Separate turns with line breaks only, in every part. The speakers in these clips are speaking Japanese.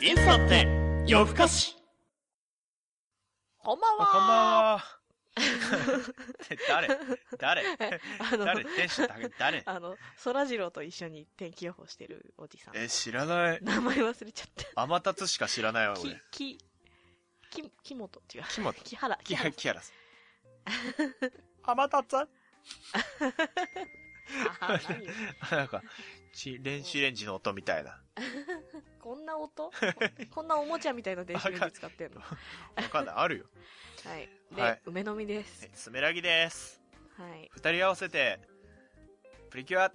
審査って夜更かし
こんばん
あこんばん
は
は。 誰誰
あの
誰天使だ誰
あの、そらジローと一緒に天気予報してるおじさん。
え、知らない。
名前忘れちゃっ
天達しか知らないわ
た。、
俺。
き、き、き、木本違う。
木本
木原。
キ
木
ャ
原。
キャラさん。 天達
あ何よ
なんか、ち電子レンジの音みたいな。
こんな 音こんなおもちゃみたいな電子レンジ使ってんの。は
わかんない、あるよ。
い。
は
で
い、
梅の実です
え。スメラギです。
はい。
二人合わせて、プリキュア、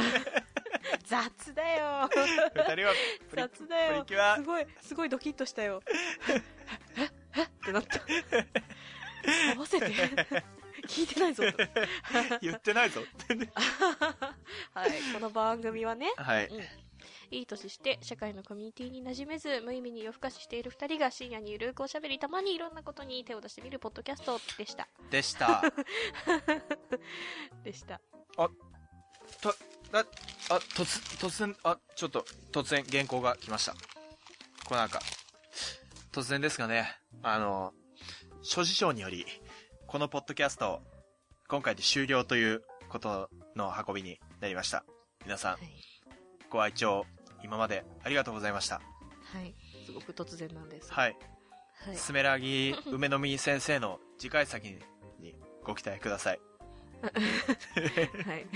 雑だよ。
二人はプリ、
雑だよ。
プリキュア
すごい、すごいドキッと したよ。えええってなった。合わせて。 聞いてないぞ。
言ってないぞ。
はい。この番組はね、
はい。
いい年して社会のコミュニティに馴染めず無意味に夜更かししている2人が深夜にゆるくおしゃべりたまにいろんなことに手を出してみるポッドキャストでした
でした。
でした
あ、突、突然、あ、ちょっと、突然原稿が来ました。こうなんか、突然ですがね、あの、諸事情により、このポッドキャスト、今回で終了ということの運びになりました。皆さん、ご愛聴、今までありがとうございました。
はいすごく突然なんですい、
はい。
はい
スメラギ梅の実先生の次回先にご期待ください。
はい、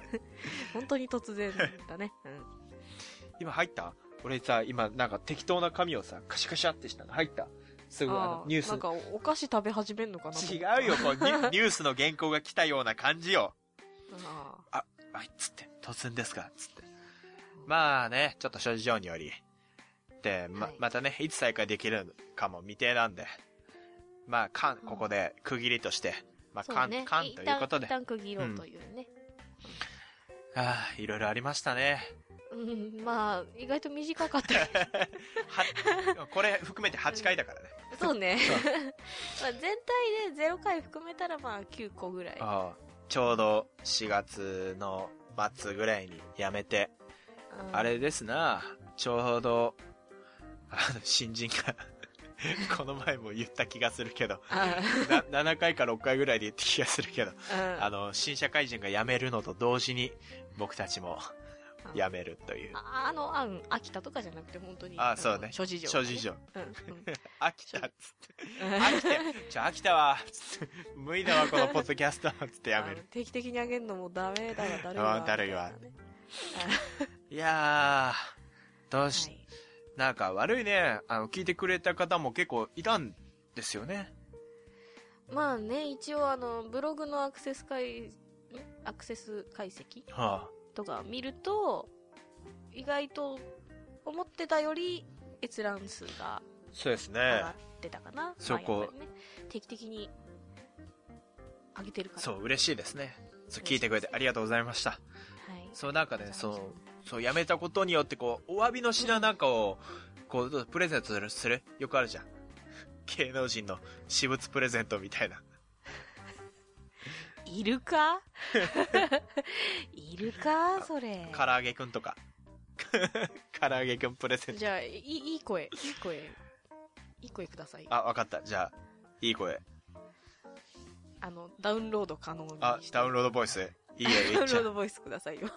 本当に突然だね、うん、
今入った俺さ、今なんか適当な紙をさ、カシャカシャってしたの入ったすぐあの
あ、
ニュース
なんかお菓子食べ始めんのかなと思っ
違
た
うよ、こうニュ、 ニュースの原稿が来たような感じよ。
あ
あいつって、突然ですか、つって。まあね、ちょっと諸事情により。で、ま、
はい
またね、いつ再開できるかも未定なんで。まあ、かん、
うん
ここで区切りとして、ま
あ
あ、かん、かん
一
と
旦
いうことで。
一
あ
旦区切ろうというね、
あ、いろいろありましたね。
うんまあ意外と短かったけど
は、 これ含めて8回だからね。
そう ねまあ全体で0回含めたらまあ9個ぐらい
ああちょうど4月の末ぐらいにやめて、
うん
あれですな、ちょうど、あの、新人が、 この前も言った気がするけど、
あ
な7回か6回ぐらいで言った気がするけど、
うん
あの、新社会人が辞めるのと同時に、僕たちも
うん
辞めるという、
ああの、あん、秋田とかじゃなくて、本当に。
あそうね
の諸事情、
諸事。情。
うん。うん
飽きたっつって。 飽きたよちょ、飽きたわ つって。無理だわ、このポッドキャスト。つって辞め
あの
る。
定期的にあげるのもダメだわ、だるいわ。
あだるいわ
みたいなね
いやー、どう
は
し、
い。
なんか悪いね。あの、聞いてくれた方も結構いたんですよね。
まあね、一応、あの、ブログのアクセス解、んアクセス解析
はあ。
とか見ると、意外と、思ってたより、閲覧数が
そうです
上
ね
が。ってたかな。
そこ
まあやっぱりね、定期的に、上げてるから。
そう、嬉しいですね。そう、
嬉しい
聞いてくれてありがとうございました。
はい。
そう、なんかね、そ
そう
の、そう、やめたことによって、こう、お詫びの品なんかを、こう、プレゼントする、するよくあるじゃん。 芸能人の私物プレゼントみたいな。
いる かいるかそれ。
唐揚げくんとか。 唐揚げくんプレゼント。
じゃあ、いい、いい声、いい声、いい声ください。あ
あ、わかった。じゃあ、いい声。
の、ダウンロード可能にして。
あ、ダウンロードボイス。いいよ、
ダ
い
ウ
っ
ン
ち
ロー
ゃう。
ドボイスくださいよ。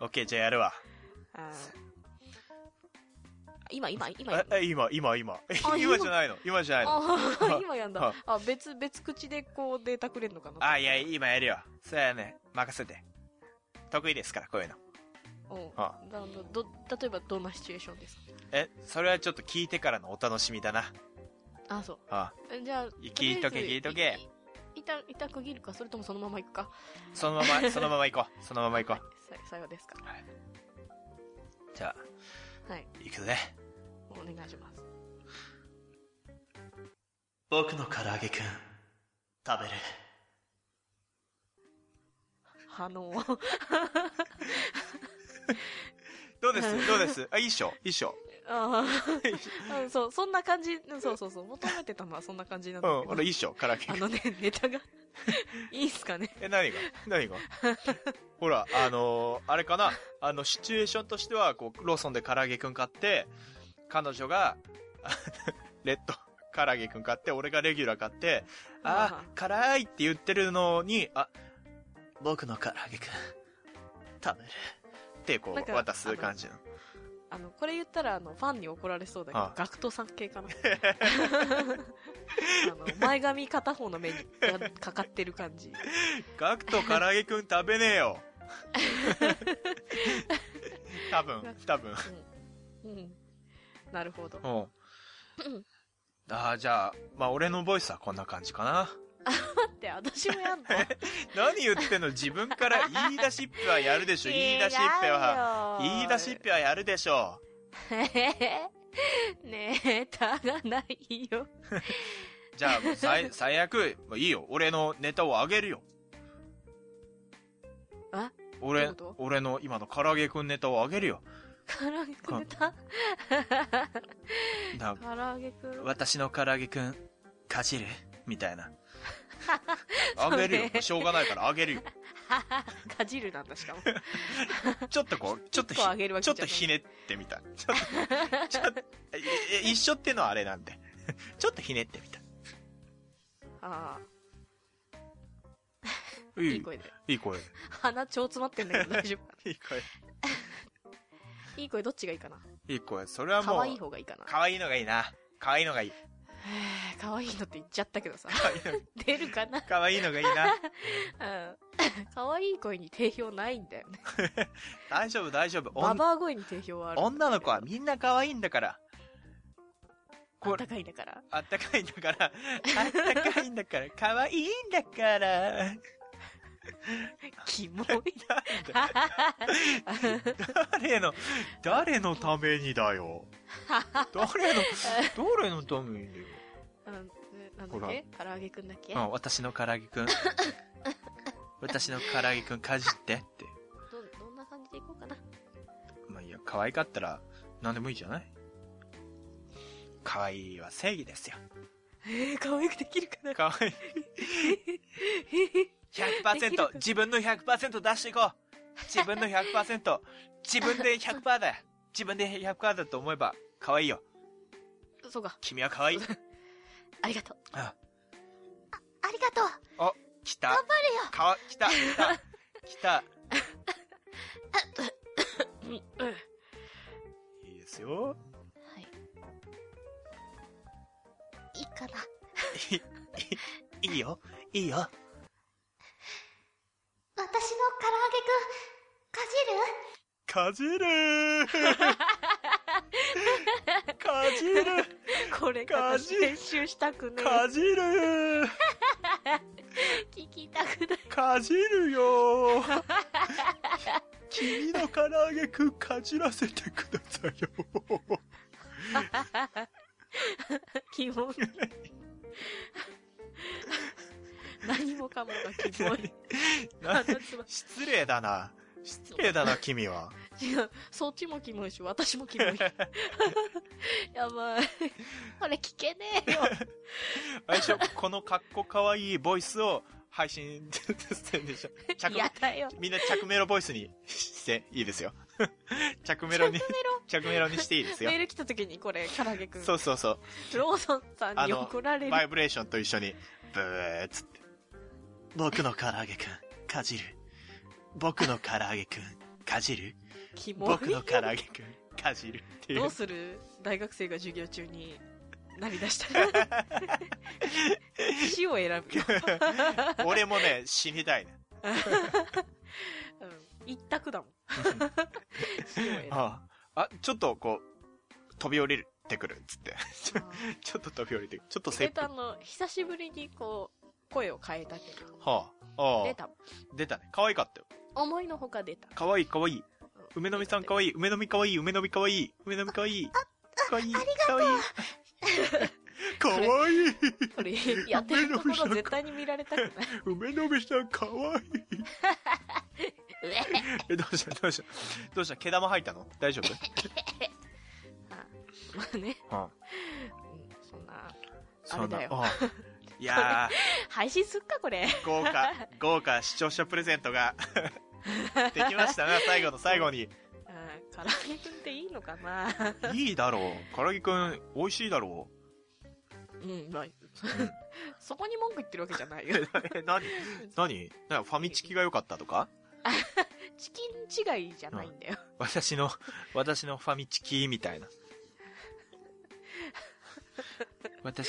オッケー、じゃあやるわ。
あー今、今、今や
あ
る、の
え今、今、今。
あ
今じゃないの今じゃないの
あ今やん
は
だ。あ、別、別口でこうデータくれんのかな
あ、いや、今やるよ。そうやね。任せて。得意ですから、こういうの。
うん
あ
なるほどど例えばどんなシチュエーションですか
え、それはちょっと聞いてからのお楽しみだな。
あ、そう。
あ
えじゃあ、
聞いとけ
りあえず
聞いとけ。
いいた、いた区切るか、それともそのまま行くか。
そのまま、そのまま行こう。そのまま行こ
ささようですか。
う。じゃあ、
はい。
行くぜ。
お願いします。
僕の唐揚げくん、食べる。
あの、
どうですどうですあ、いいっしょいいっしょ
ああ、うんそう、そんな感じ、うんそうそうそう、求めてたのはそんな感じなん
う
だ
ん、
けど、
俺いいっしょ唐揚げく
あ
ん。
のね、ネタが、 いいっすかね。
え、何が 何がほら、あのーあれかなあの、シチュエーションとしては、こう、ローソンで唐揚げくん買って、彼女が、 あレッド、唐揚げくん買って、俺がレギュラー買って、あー、辛いって言ってるのに、あ、僕の唐揚げくん、食べる。って、こ
なん
う、
か
渡す感じの。
あの、これ言ったら、あの、ファンに怒られそうだけ
あ
ど、ガクトさん系かな。 あの、前髪片方の目にがかかってる感じ。
ガクト唐揚げくん食べねえ よ。多分、多分。
うん。なるほど。
うん。ああ、じゃあ、まあ俺のボイスはこんな感じ かな。
待って、私もやんの
何言ってんの自分から言い出しっぺはやる でしょ言い出しっぺは。
は
言い出しっぺはやるでしょ
ねえ、たがないよ。
じゃあも う最最悪、もういいよ。俺のネタをあげるよ。
あど
俺
ういうこ、
俺の今の唐揚げくんネタをあげるよ。
唐揚げくんた
な
唐揚げくん。
私の唐揚げくん、かじるみた いな。あげるよ。もうしょうがないからあげるよ。
かじるなんだ、しかも。
ちょっとこう、ちょっとひ
一個あげるわけ
ち
じ
ょ
ゃ
っ
ない
とひねってみた。ちょっと、ちょっと、え一緒ってのはあれなんで。 ちょっとひねってみた。
ああ、
い
いい声で。
いい声。
鼻超詰まってんだけ ど大丈夫か
いい声。
な。いい声どっちがいいかない
い声。それはもう、
可愛い方がいいかな。
可愛いのがいいな。可愛いのがいい。
へえ可愛いのって言っちゃったけ どさ。
可愛いの
出るかな
可愛いのがいいな。
うん。可愛い声に定評ないんだよね。
大丈夫、大丈夫。お
バ
ん
バア声に定評はある。
女の子はみんな可愛いんだから。
あっ
こ
た
れ、
かいんだ から。
あったかいんだから。あったかいんだから。可愛いんだから。
キモい。
誰の、誰のためにだよ。誰の、誰のためにだよ。
うんなんだっけ唐揚げくんだっけ
うん、私の唐揚げくん。 私の唐揚げくんかじってって。
どどんな感じでいこうかな
まあいいや、可愛かったら何でもいいじゃない可愛いは正義ですよ。
えー、可愛くできるかな
可愛い。100%、自分の100%出していこう。自分の100%、自分で100%だ。自分で100%だと思えば可愛いよ。
そうか
君は可 愛い。
ありがとう
あ、
ありがとう
あ、来た。頑張れよ。かわ、来た、来た、来た。
うん
いいですよ。
はいいいかない
いよ、いいよ。
私の唐揚げくん、かじる
かじるーかじる
これ
か
から
じ
練習したくね
かじるー
え聞きたくない
かじるよー君の唐揚げくんかじらせてくださいよ
キモい 何もかもがキモい
な
鼻つま
失礼だな。失礼だな、君は。
違うそっちもキモいし私も キモいやばいこれ聞けねえよ
あれでしょこのかっこかわいいボイスを配信してるんでしょ着
嫌だよ
みんな着メロボイスにしていいですよ。着メロに、着メロにしていいですよ
メー。ル来た時にこれ唐揚げくん
そうそうそう。
ローソンさんに怒られる
バイブレーションと一緒に、ブーっつって。僕の唐揚げくん、かじる。僕の唐揚げくん、かじる。
キモい
僕の唐揚げくん、かじる。ってい
ど
う
う。する大学生が授業中に涙した ら死を選ぶよ、
俺もね、死にたいね。
うん、一択 だもん死を選ぶ
ああ、あちょっとこう、飛び降りるってくるっつって。 ちょちょっと飛び降りて、ちょっと
そ
セ
れ
ップ。
とあ
は
の久しぶりにこう声を変えたけど
あ、ああ
出た
出たね。可愛かったよ。
思いのほか出た
可愛い可愛い。梅の実さん可愛い。梅の実可愛い。梅の実可愛い。梅の実可愛い。可愛い。可愛い。可 愛い。
これやってるところ絶対に見られたくない
梅の実さん可愛い。
うえ
え、どうしたどうしたどうした毛玉入ったの大丈夫
あまあね、
うん。
うん、そんな
そんな
あれだよ
あ いや
配信すっかこれ
ー、豪華、豪華視聴者プレゼントが、 できましたな、最後の最後に。
うん唐揚げくんっていいのかない
いだろう。唐揚げくん、美味しいだろう。
うんまあそこに文句言ってるわけじゃないよ
え、何何なんかファミチキが良かったとか
チキン違いじゃないんだよ
私の、私のファミチキみたいな。私、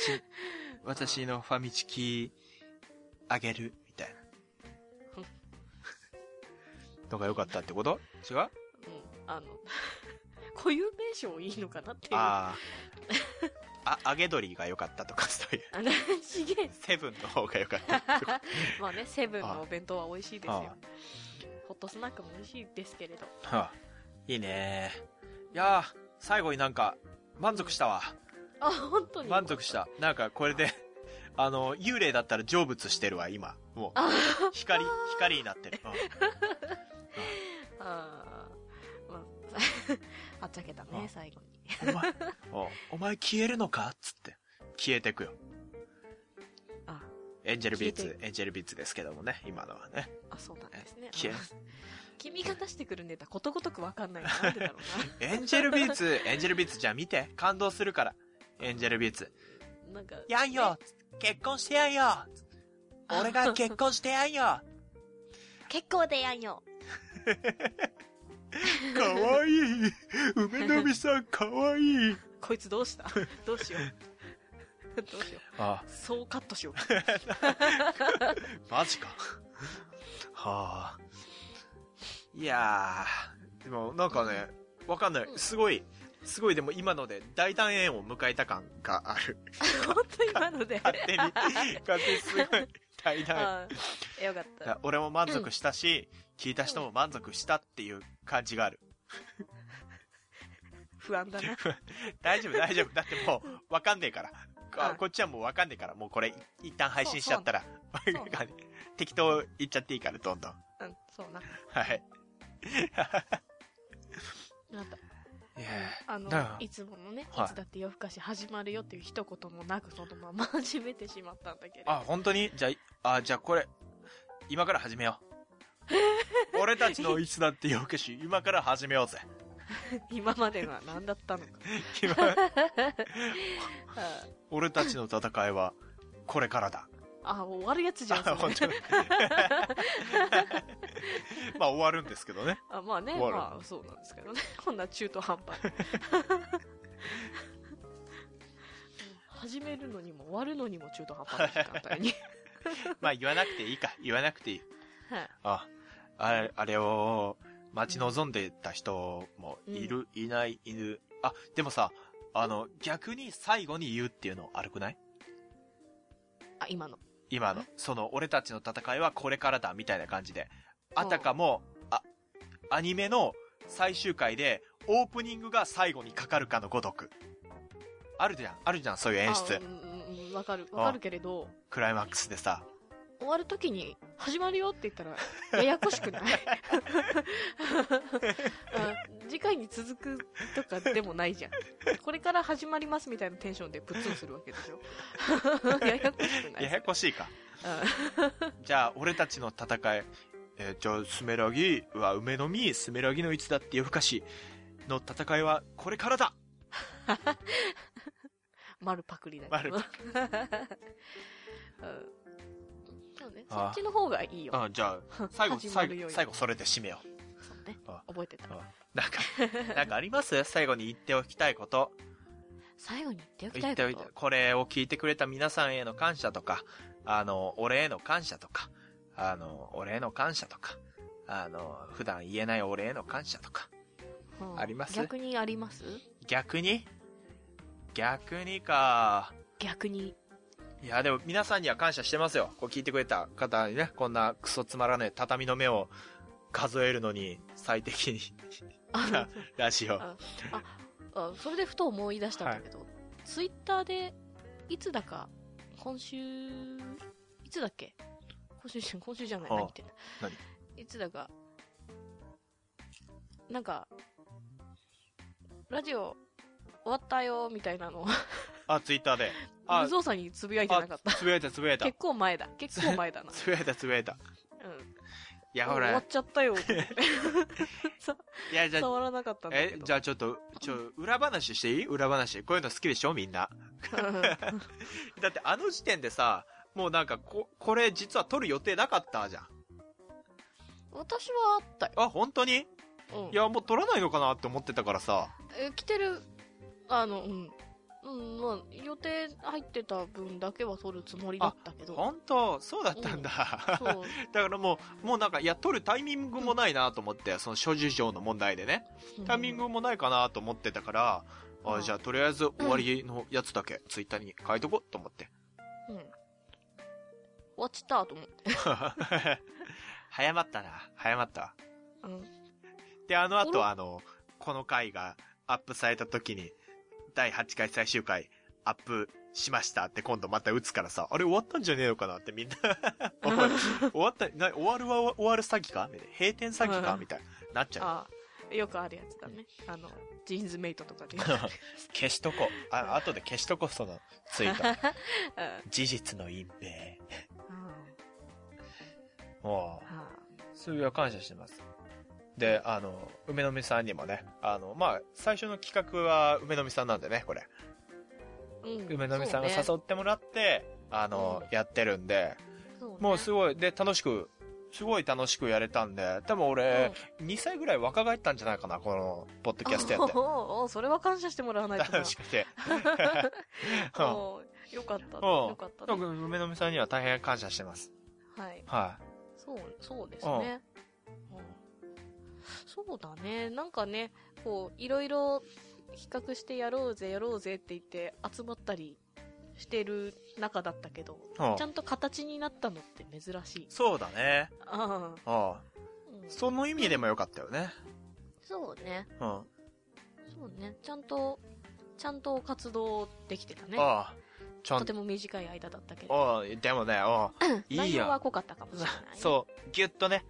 私のファミチキ、あげる、みたいな。のが良かったってこと違う
うんあの 固有名称いいのかなっていう
ああ。あ、揚げ鶏が良かったとか、そういう。
あのちげえ
セブンの方が良かったとか。
まあねセブンのお弁当は美味しいですよ
あ
ホットスナックも美味しいですけれど
はあいいねいやー、最後になんか、満足したわ。
あ本当に
満足した。なんか、これで、 あの、幽霊だったら成仏してるわ、今。もう、
あ
光、光になってる。うん
あ ー、まあ、あっちゃけたね
あ
最後に
お前、おお前消えるのかつって。消えてくよ。
あ
エンジェルビーツ
消、
エンジェルビーツですけどもね、今のはね。
あそうなんですね
消え
あ君が出してくるネタことごとくわかんないのなんでだろう
エンジェルビーツ、エンジェルビーツじゃあ見て。感動するから。エンジェルビーツ。
ななんか
やんよ結婚してやんよ俺が結婚してやんよ
結構でやんよ
かわいい梅の実さんかわいい
こいつどうしたどうしよ うどうしよう
あ、
そうカットしよう
マジか。 はあ。いやー、でもなんかね、わかんない。すごい、すごいでも今ので大団円を迎えた感があ る。
本当今ので
勝手に、勝手にすごい大団円。
あーよかった
俺も満足したし、聞いた人も満足したっていう感じがある。
不安 だな
大丈夫、大丈夫。だってもう、わかんねえから。
は
あ
い
こっちはもうわかんねえから、もうこれ、一旦配信しちゃったら、
うそう
適当言っちゃっていいから、どんどん。
うんそうな
はい。
なんだ
いや
あの
だから
いつものね、
はい
い、つだって夜更かし始まるよっていう一言もなくそのま ま始めてしまったんだけれど
あ、本当にじゃあ、あ、じゃあこれ、今から始めよ う。俺たちのいつだってよくし、今から始めようぜ。
今までのは何だった のか
今
あ
俺たちの戦いは、これからだ。
あ終わるやつじゃん
あ、
そ
本
れ
当に。 まあ終わるんですけどね。
あまあね
終わる
まあそうなんですけどね こんな中途半端に 始めるのにも終わるのにも中途半端な時間帯に、
まあ言わなくていいか、言わなくていい。
はい
あ、あれ、あれを待ち望んでた人もいる、いない、いる。あ、でもさ、あの、逆に最後に言うっていうの悪くない
あ今の
今の、その、俺たちの戦いはこれからだ、みたいな感じで。あたかも、あ、アニメの最終回で、オープニングが最後にかかるかのごとく。あるじゃん、あるじゃん、そういう演
あ
出
う。んうんうんわかるわかるけれど
クライマックスでさ。
終わるときに始まるよって言ったらややこし くないうん次回に続くとかでもないじゃんこれから始まりますみたいなテンションでプッツンするわけで しょややこしくない
ややこしいか。じゃあ、俺たちの戦い、えーじゃあ、スメラギは梅の実、スメラギのいつだって夜更かしの戦いはこれからだ
うん、丸パクリだけど
丸パ
うんそうねそ
あ
っちの方がいいよ
うん、じゃあ、最後、
始ま
最
るよ
後、
り
最後それで締めよう。
そうね
あ
覚えてた
なんか、なんかあります最後に言っておきたいこと。
最後に言っておきた
言
い
ってお
こ
き
と
たい。これを聞いてくれた皆さんへの感謝とか、あの、俺への感謝とか、あの、俺への感謝とか、あの、普段言えない俺への感謝とか。
うん
あります
逆にあります
逆に逆にか。
逆に
いや、でも皆さんには感謝してますよ。こう聞いてくれた方にね、こんなクソつまらない畳の目を数えるのに最適に
あの
ラジオ。
ああそれでふと思い出したんだけど、ツイッターでいつだか今週いつだっけ今週じゃ今週じゃない
ああ
何言ってんだ
何
いつだかなんかラジオ終わったよみたいなのを
ああ、ツイッターで。あ
無、造作につぶやいてなかっ
あつぶやいた、つぶやい
た。
た。
結構前だ。結構前だな。
つ ぶやいた、つぶやいた。
うん。
いや、
もう
ほ
終わ
ら
っ。ちゃったよ。さ
い や、じゃ あ、
触らなかったんだけ
え、
ど。
じゃあちょっと、ちょ、裏話していい裏話。こういうの好きでしょみんな。だってあの時点でさ、もうなんか、こ、これ実は撮る予定なかったじゃん。
私はあったよ。
あ、本当に
うん
いや、もう撮らないのかなって思ってたからさ。
え来てるあのうん、うんまあ、予定入ってた分だけは取るつもりだったけど
本当そうだったんだ。
そう
だからもう、もうなんか、いや、撮るタイミングもないなと思って、その諸事情の問題でね。タイミングもないかなと思ってたから、
う
あ
ん
じゃあとりあえず終わりのやつだけツイッターに書いとこうと 思って。
うん終わっちゃったと思って、
早まったな。早まった。
うん、
で、あの
あ
後、
ら
あの、この回がアップされた時に、第8回最終回、アップしましたって今度また打つからさ、あれ終わったんじゃねえのかなっ てみんなおい、終わった、な、終わるは終わる詐欺かみたいな閉店詐欺か
うん
みたいな、なっちゃう。
ああよくあるやつだねあのジーンズメイトと かで
消しとこ。あ、後で消しとこ、そのツ イート。
うん
事実の隠蔽。
うん
もう。
は
それは感謝してます。で、あの、梅の実さんにもね、あの、まあ、最初の企画は梅の実さんなんでね、これ。
あうん
梅の実さんが
そう
誘ってもらって、あの、やってるん
ね
で、
そうね
もうすごい、で、楽しく、すごい楽しくやれたんで、多分俺、2歳ぐらい若返ったんじゃないかな、この、ポッドキャストやっ
おーおーそれは感謝してもらわない
て。
とな
楽しくて。 うん
おーよかった
うん
よかった
だ
ね
から梅の実さんには大変感謝してます。
はい
は
そう、そうですね。うんそうだね。なんかね、こう、いろいろ比較してやろうぜ、やろうぜって言って集まったりしてる中だったけど、
い。うん
ちゃんと形になったのって珍しい。
そうだね。
ああ
うん
うん
その意味でもよかったよね。
そうね。
うん。あ
そうね。ちゃんと、ちゃんと活動できてたね。
あ。ちゃん
とても短い間だったけど。
おうでもね、おうい
内
い
容は
よ。
濃かったかもしれない。
そう、ぎゅっとね、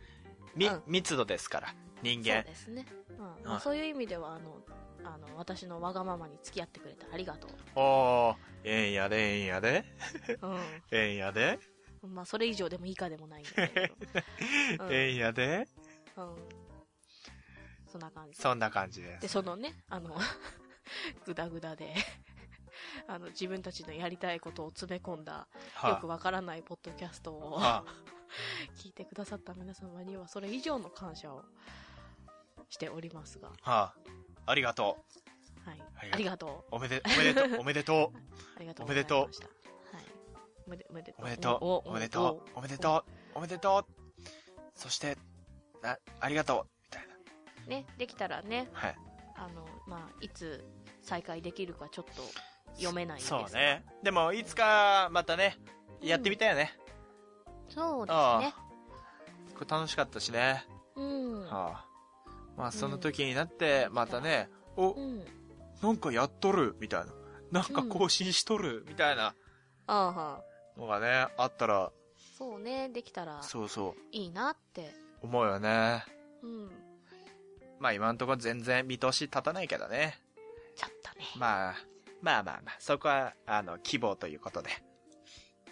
み、
うん
密度ですから、人
そう
間。
ですね。うん
はい
そういう意味では、あの、あの、私のわがままに付き合ってくれてありがとう。
おー、ええんやで、ええんやで、
う
ええんやで、
ん。まあ、それ以上でも以下でもないんだ けど。うん
ええんやで、
うん。そんな感じ。
そんな感じで
で、
す。
そのね、あの、 ぐだぐだで、 あの、自分たちのやりたいことを詰め込んだ、よ
は
くわからないポッドキャストを
あ、はあ、
聞いてくださった皆様には、それ以上の感謝をしておりますが、
はあ、ありがとう。
はい。
はい
ありがと
おめ で、おめでとう、おめでとう、
う。ありがとうございました。はい。おめでおめでとう。
おめでとう、
お
おめでとう、おめでとう、おめでとう。そして、あ、ありがとう、みたいな。
う。ね、できたらね、
はい。
あの、まあ、いつ再開できるかちょっと読めないんです
そうね。でも、いつか、またね、やってみたいよね。
そうですね
あ。あ。これ楽しかったしね。
うん。
はあ、まあその時になってまたね、
う
お
ん。
なんかやっとるみたいななんか更新しとるみたいな
ああはあ。
のがねあったら
そうね、できたら
そうそ
いいなって。
う思うよね
うん。
まあ今んとこ全然見通し立たないけどね
ちゃったね。
まあまあまあまあそこはあの希望ということで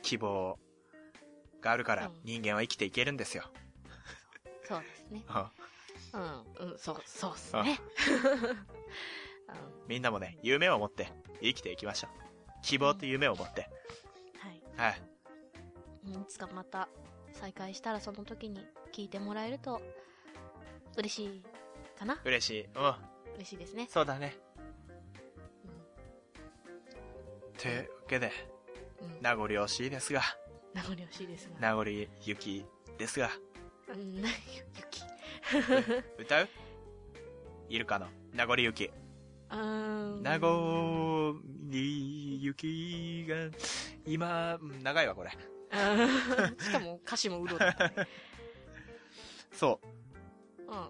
希望があるから
うん
人間は生きていけるんですよ、
そうですね。
はあ
うん。うん、そう、そうっすね。 うん
みんなもね夢を持って生きていきましょう希望と夢を持って、
はい。
はい
うんいつかまた再開したらその時に聞いてもらえると嬉しいかな
嬉しいうん
嬉しいですね。
そうだね
うん
というわけで
うん。
名残惜しいですが、
名残惜しいですが。
名残ゆきですが、
うん、な、雪。
歌う いるかな名残ゆき。
うーん。
名残ゆきが、今、うん長いわ、これ。
うんしかも歌詞もうろだったね。
そう。
うん。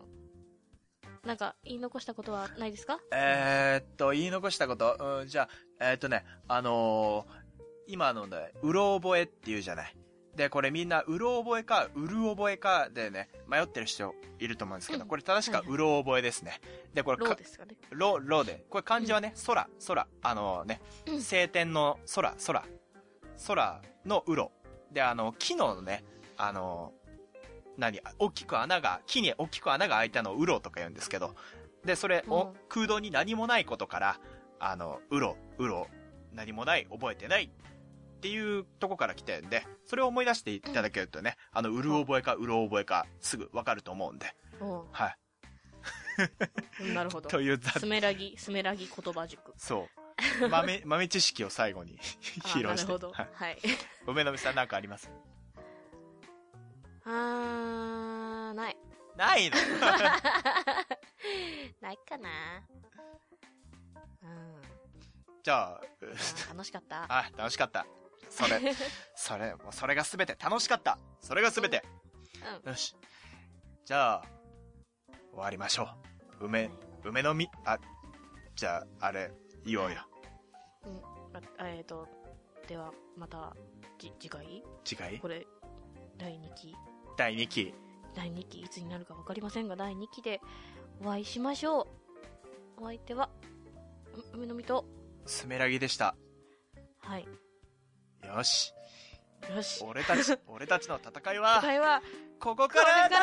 なんか言い残したことはないですか
えー、っと、言い残したこと、うん、じゃあ、えー、っとね、あのー今のね、うろ覚えっていうじゃない。で、これみんな、うろ覚えか、うる覚えかでね、迷ってる人いると思うんですけど、
うん
これ正しくは
はいは
うろ覚えですね。で、これ
ロー
か
で、すかね。
ろ、ろで、これ漢字はね、空、空、あのね、
うん
晴天の空、空、空のうろ。で、あの、木のね、あの、何、大きく穴が、木に大きく穴が開いたのをうろとか言うんですけど、で、それ、
う
お
ん
空洞に何もないことから、あの、うろ、うろ、何もない、覚えてないっていうとこから来てんで、それを思い出していただけるとね、あの、うる覚えか、うろ覚えか、すぐわかると思うんで、
う
はい。
ん。なるほど。
という雑
スメラギ、スメラギ言葉塾。
そう。豆、豆知識を最後に
あ
披
ー
露
な
し
る
て。
ほど。
はい。
はい。
梅の実さんなんかあります
あー、ない。
ないの
ないかな。うん。
じゃあ、 う
あー楽しかった。
あ、楽しかった。そ れ、それ、もうそれがすべて。楽しかった。それがすべて。よし。じゃあ、終わりましょう。梅、梅の実、あ、じゃあ、あれ、言おうよ。
うん。うんあえっ、と、では、また、じ、次回
次回
これ、第2期
第2期。
第2期いつになるか分かりませんが、第2期でお会いしましょう。お相手は、う梅の実と、
スメラギでした。
はい。
よし。
よし。
俺たち、俺たちの戦いは、
答えは、
ここからだ